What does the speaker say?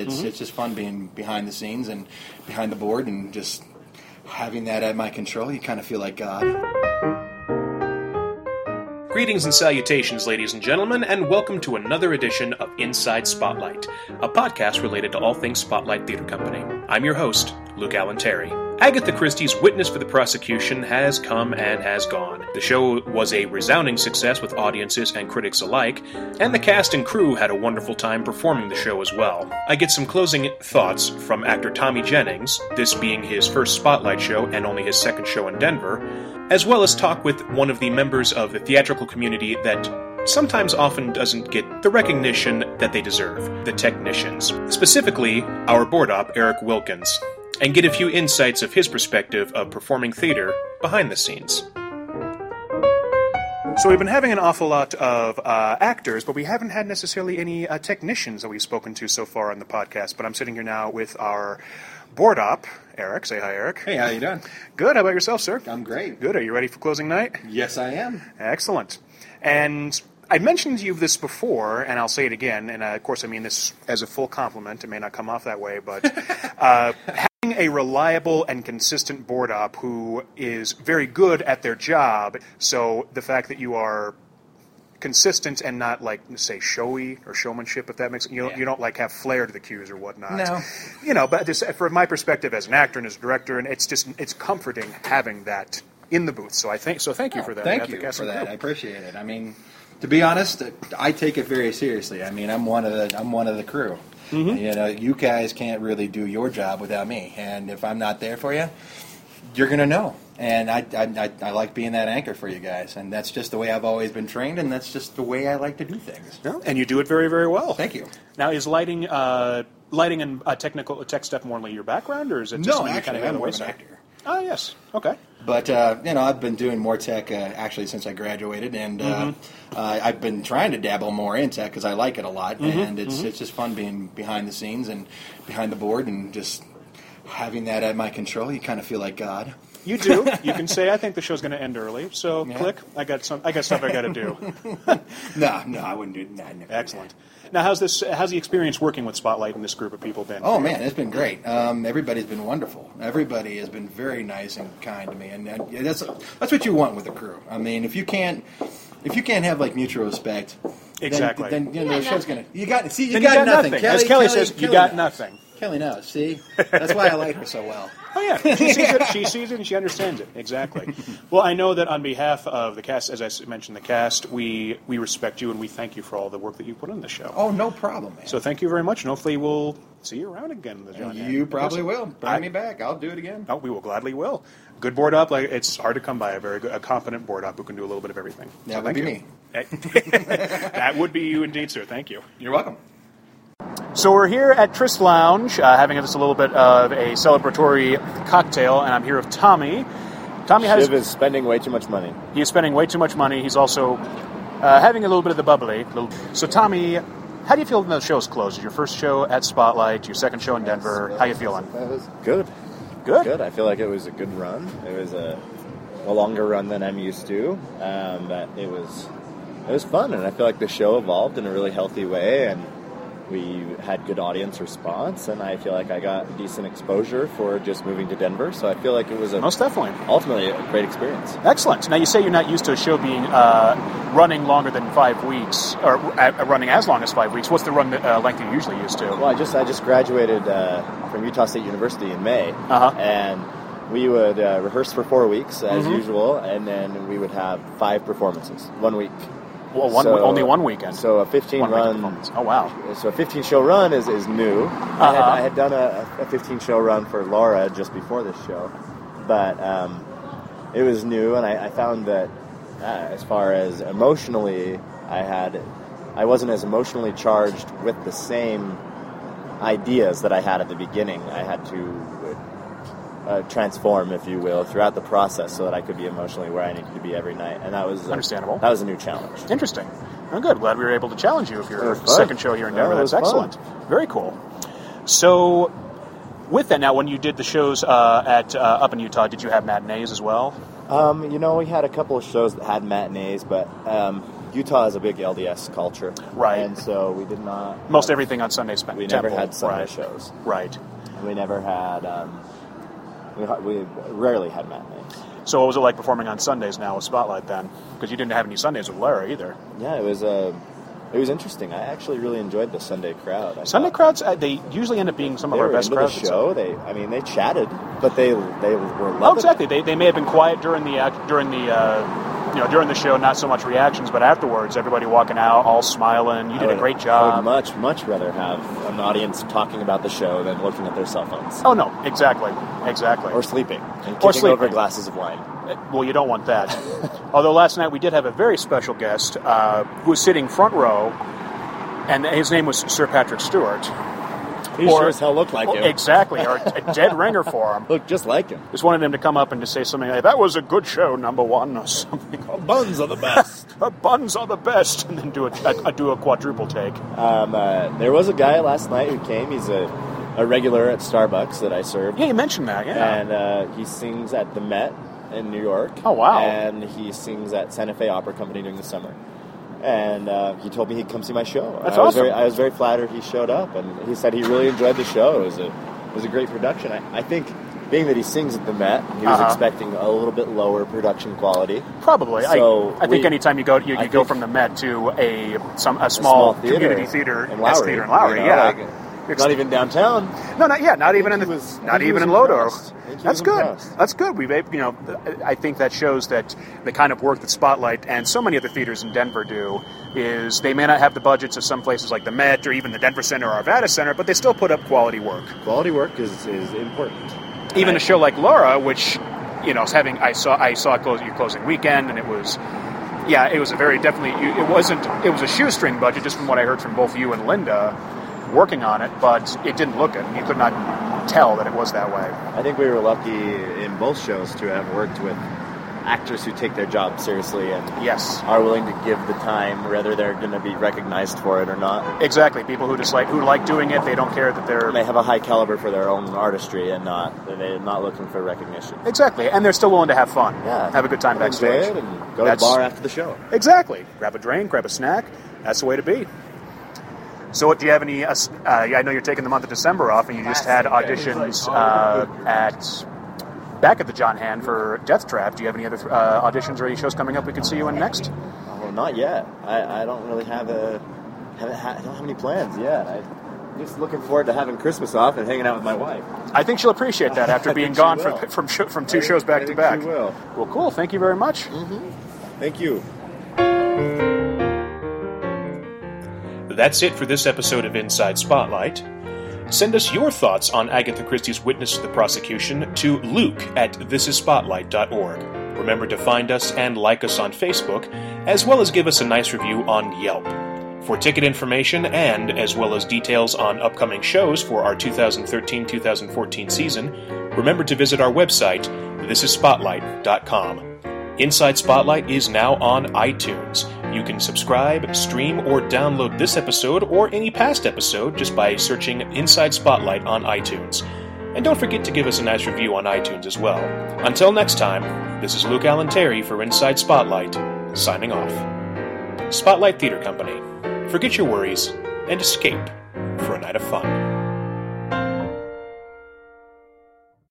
It's it's just fun being behind the scenes and behind the board and just having that at my control. You kind of feel like uh, God. Greetings and salutations, ladies and gentlemen, and welcome to another edition of Inside Spotlight, a podcast related to all things Spotlight Theater Company. I'm your host, Luke Allen Terry. Agatha Christie's Witness for the Prosecution has come and has gone. The show was a resounding success with audiences and critics alike, and the cast and crew had a wonderful time performing the show as well. I get some closing thoughts from actor Tommy Jennings, this being his first Spotlight show and only his second show in Denver, as well as talk with one of the members of the theatrical community that sometimes often doesn't get the recognition that they deserve the technicians, specifically our board op, Eric Wilkins, and get a few insights of his perspective of performing theater behind the scenes. So we've been having an awful lot of uh, actors, but we haven't had necessarily any uh, technicians that we've spoken to so far on the podcast. But I'm sitting here now with our board op, Eric. Say hi, Eric. Hey, how you doing? Good. How about yourself, sir? I'm great. Good. Are you ready for closing night? Yes, I am. Excellent. And I mentioned to you this before, and I'll say it again. And uh, of course, I mean this as a full compliment. It may not come off that way, but uh, having a reliable and consistent board op who is very good at their job. So the fact that you are consistent and not like say showy or showmanship if that makes you, Yeah. you don't like have flair to the cues or whatnot No. you know but just from my perspective as an actor and as a director and it's just it's comforting having that in the booth so i think so Oh, thank you for that Thank At the you cast for and that. I crew. appreciate it. I mean, to be honest, I take it very seriously. I mean, I'm one of the I'm one of the crew. You know, you guys can't really do your job without me, and if I'm not there for you, you're gonna know. And I, I, I, I like being that anchor for you guys, and that's just the way I've always been trained, and that's just the way I like to do things. No, and you do it very, very well. Thank you. Now, is lighting, uh, lighting and uh, technical tech stuff more like your background, or is it just No, something you actually, kind of I'm more of an wayside? actor. Ah, yes. Okay. But uh, you know, I've been doing more tech uh, actually since I graduated, and uh, uh, I've been trying to dabble more in tech because I like it a lot, and it's it's just fun being behind the scenes and behind the board, and just having that at my control. You kind of feel like God. You do. you can say, "I think the show's going to end early." So, Yeah. click. I got some. I got stuff I got to do. No, no, I wouldn't do that. I never do that. Excellent. Now, how's this? How's the experience working with Spotlight and this group of people been? Oh man, it's been great. Um, everybody's been wonderful. Everybody has been very nice and kind to me, and, and yeah, that's that's what you want with a crew. I mean, if you can't if you can't have like mutual respect, then- Exactly. Then, you know, the show's gonna you got see you, Then got, nothing. As Kelly, says, "You got knows. nothing." Kelly knows. See, that's why I like her so well. Oh yeah, she sees it. She sees it and she understands it exactly. well, I know that on behalf of the cast, as I s- mentioned, the cast, we we respect you and we thank you for all the work that you put on the show. Oh no problem, man. So thank you very much, and hopefully we'll see you around again. The John you Hancock. probably will bring I- me back. I'll do it again. Oh, we will gladly will. Good board up. Like it's hard to come by a very good, a competent board up who can do a little bit of everything. That would be me. me. that would be you indeed, sir. Thank you. You're welcome. So we're here at Trist Lounge, uh, having just a little bit of a celebratory cocktail, and I'm here with Tommy. Tommy has Shiv is spending way too much money. He's spending way too much money. He's also uh, having a little bit of the bubbly. Little- So, Tommy, how do you feel when the show's closed? Your first show at Spotlight, your second show in Denver. How you feeling? That was good. Good. Good. I feel like it was a good run. It was a, a longer run than I'm used to. Um, but it was it was fun, and I feel like the show evolved in a really healthy way, and we had good audience response, and I feel like I got decent exposure for just moving to Denver. So I feel like it was a Most definitely. ultimately a great experience. Excellent. Now you say you're not used to a show being uh, running longer than five weeks, or uh, running as long as five weeks. What's the run uh, length you're usually used to? Well, I just I just graduated uh, from Utah State University in May, Uh-huh. and we would uh, rehearse for four weeks as Mm-hmm. usual, and then we would have five performances one week. Well, one, So- only one weekend. So a fifteen one weekend run. performance. Oh wow. So a fifteen show run is is new. I, had, Uh-huh. I had done a, a fifteen show run for Laura just before this show, but um, it was new, and I, I found that uh, as far as emotionally, I had I wasn't as emotionally charged with the same ideas that I had at the beginning. I had to uh, transform, if you will, throughout the process, so that I could be emotionally where I needed to be every night, and that was a- Understandable. That was a new challenge. Interesting. I'm good. Glad we were able to challenge you for It your was fun. second show here in Yeah, Denver. it That's was fun. excellent. Very cool. So, with that, now when you did the shows uh, at uh, up in Utah, did you have matinees as well? Um, you know, we had a couple of shows that had matinees, but um, Utah has a big LDS culture, Right. And so we did not Most everything on Sunday spent. we never temple, had Sunday right. shows. Right. We never had um, we, ha- we rarely had matinees. So what was it like performing on Sundays now with Spotlight then? Because you didn't have any Sundays with Lara either. Yeah, it was uh, it was interesting. I actually really enjoyed the Sunday crowd. I Sunday thought crowds, uh, they usually end up being some they of our were best into crowds. the show. They, I mean, they chatted, but they they were loving Oh, exactly. They, they may have been quiet during the act, during the uh, you know during the show, not so much reactions, but afterwards, everybody walking out, all smiling. You I did a would- great I would job. much much rather have an audience talking about the show than looking at their cell phones Oh no, exactly, exactly. or sleeping and Or kicking over sleeping. glasses of wine. Well, you don't want that. Although last night we did have a very special guest uh, who was sitting front row, and his name was Sir Patrick Stewart. He Or- sure as hell looked like Well, him. Exactly, or a dead ringer for him. looked just like him. Just wanted him to come up and to say something like, "That was a good show, number one," or something. Buns are the best. Her buns are the best, and then do a, a, a do a quadruple take. um, uh, there was a guy last night who came. He's a, a regular at Starbucks that I served. Yeah, you mentioned that. Yeah. and uh, he sings at the Met in New York. Oh, wow. And he sings at Santa Fe Opera Company during the summer. And uh, he told me he'd come see my show. That's I was awesome. Very, I was very flattered he showed up, and he said he really enjoyed the show. It was a, it was a great production. I, I think, being that he sings at the Met, he was Uh-huh. expecting a little bit lower production quality. Probably. So I, I think we- anytime you go, you, I you go think- from the Met to a some a A small, theater community theater, in S Lowry. theater in Lowry. you know, yeah. like, It's- not even downtown. no, not yeah, not even in think the, he was- I not think he even in was Lodo. impressed. I think he That's was good. impressed. That's good. We've you know, I think that shows that the kind of work that Spotlight and so many other theaters in Denver do is they may not have the budgets of some places like the Met or even the Denver Center or Arvada Center, but they still put up quality work. Quality work is, is important. even a show like Laura, which you know, is having I saw I saw close, your closing weekend, and it was yeah, it was a very definitely you- it wasn't it was a shoestring budget just from what I heard from both you and Linda working on it, but it didn't look good. You could not tell that it was that way. I think we were lucky in both shows to have worked with actors who take their job seriously and Yes, are willing to give the time, whether they're going to be recognized for it or not. exactly. People who just like who like doing it, they don't care that they're They have a high caliber for their own artistry and not they're not looking for recognition. exactly, and they're still willing to have fun, Yeah, have a good time Enjoy backstage, it and go to the That's- bar after the show. Exactly. Grab a drink, grab a snack. That's the way to be. So, what do you have any? Uh, uh, I know you're taking the month of December off, and you just had auditions uh, at back at the John Hand for Death Trap. Do you have any other uh, auditions or any shows coming up we can see you in next? Well, not yet. I, I don't really have a haven't ha- I don't have any plans yet. I, just looking forward to having Christmas off and hanging out with my wife. I think she'll appreciate that after I being think gone she from will. from, sho from I two think- shows I back to think back. She will. Well, cool. Thank you very much. Thank you. That's it for this episode of Inside Spotlight. Send us your thoughts on Agatha Christie's witness to the prosecution to luke at thisisspotlight.org. Remember to find us and like us on Facebook, as well as give us a nice review on Yelp. For ticket information and as well as details on upcoming shows for our 2013 2014 season, remember to visit our website, thisisspotlight.com. Inside Spotlight is now on iTunes. You can subscribe, stream, or download this episode or any past episode just by searching Inside Spotlight on iTunes. And don't forget to give us a nice review on iTunes as well. Until next time, this is Luke Allen Terry for Inside Spotlight, signing off. Spotlight Theater Company. Forget your worries and escape for a night of fun.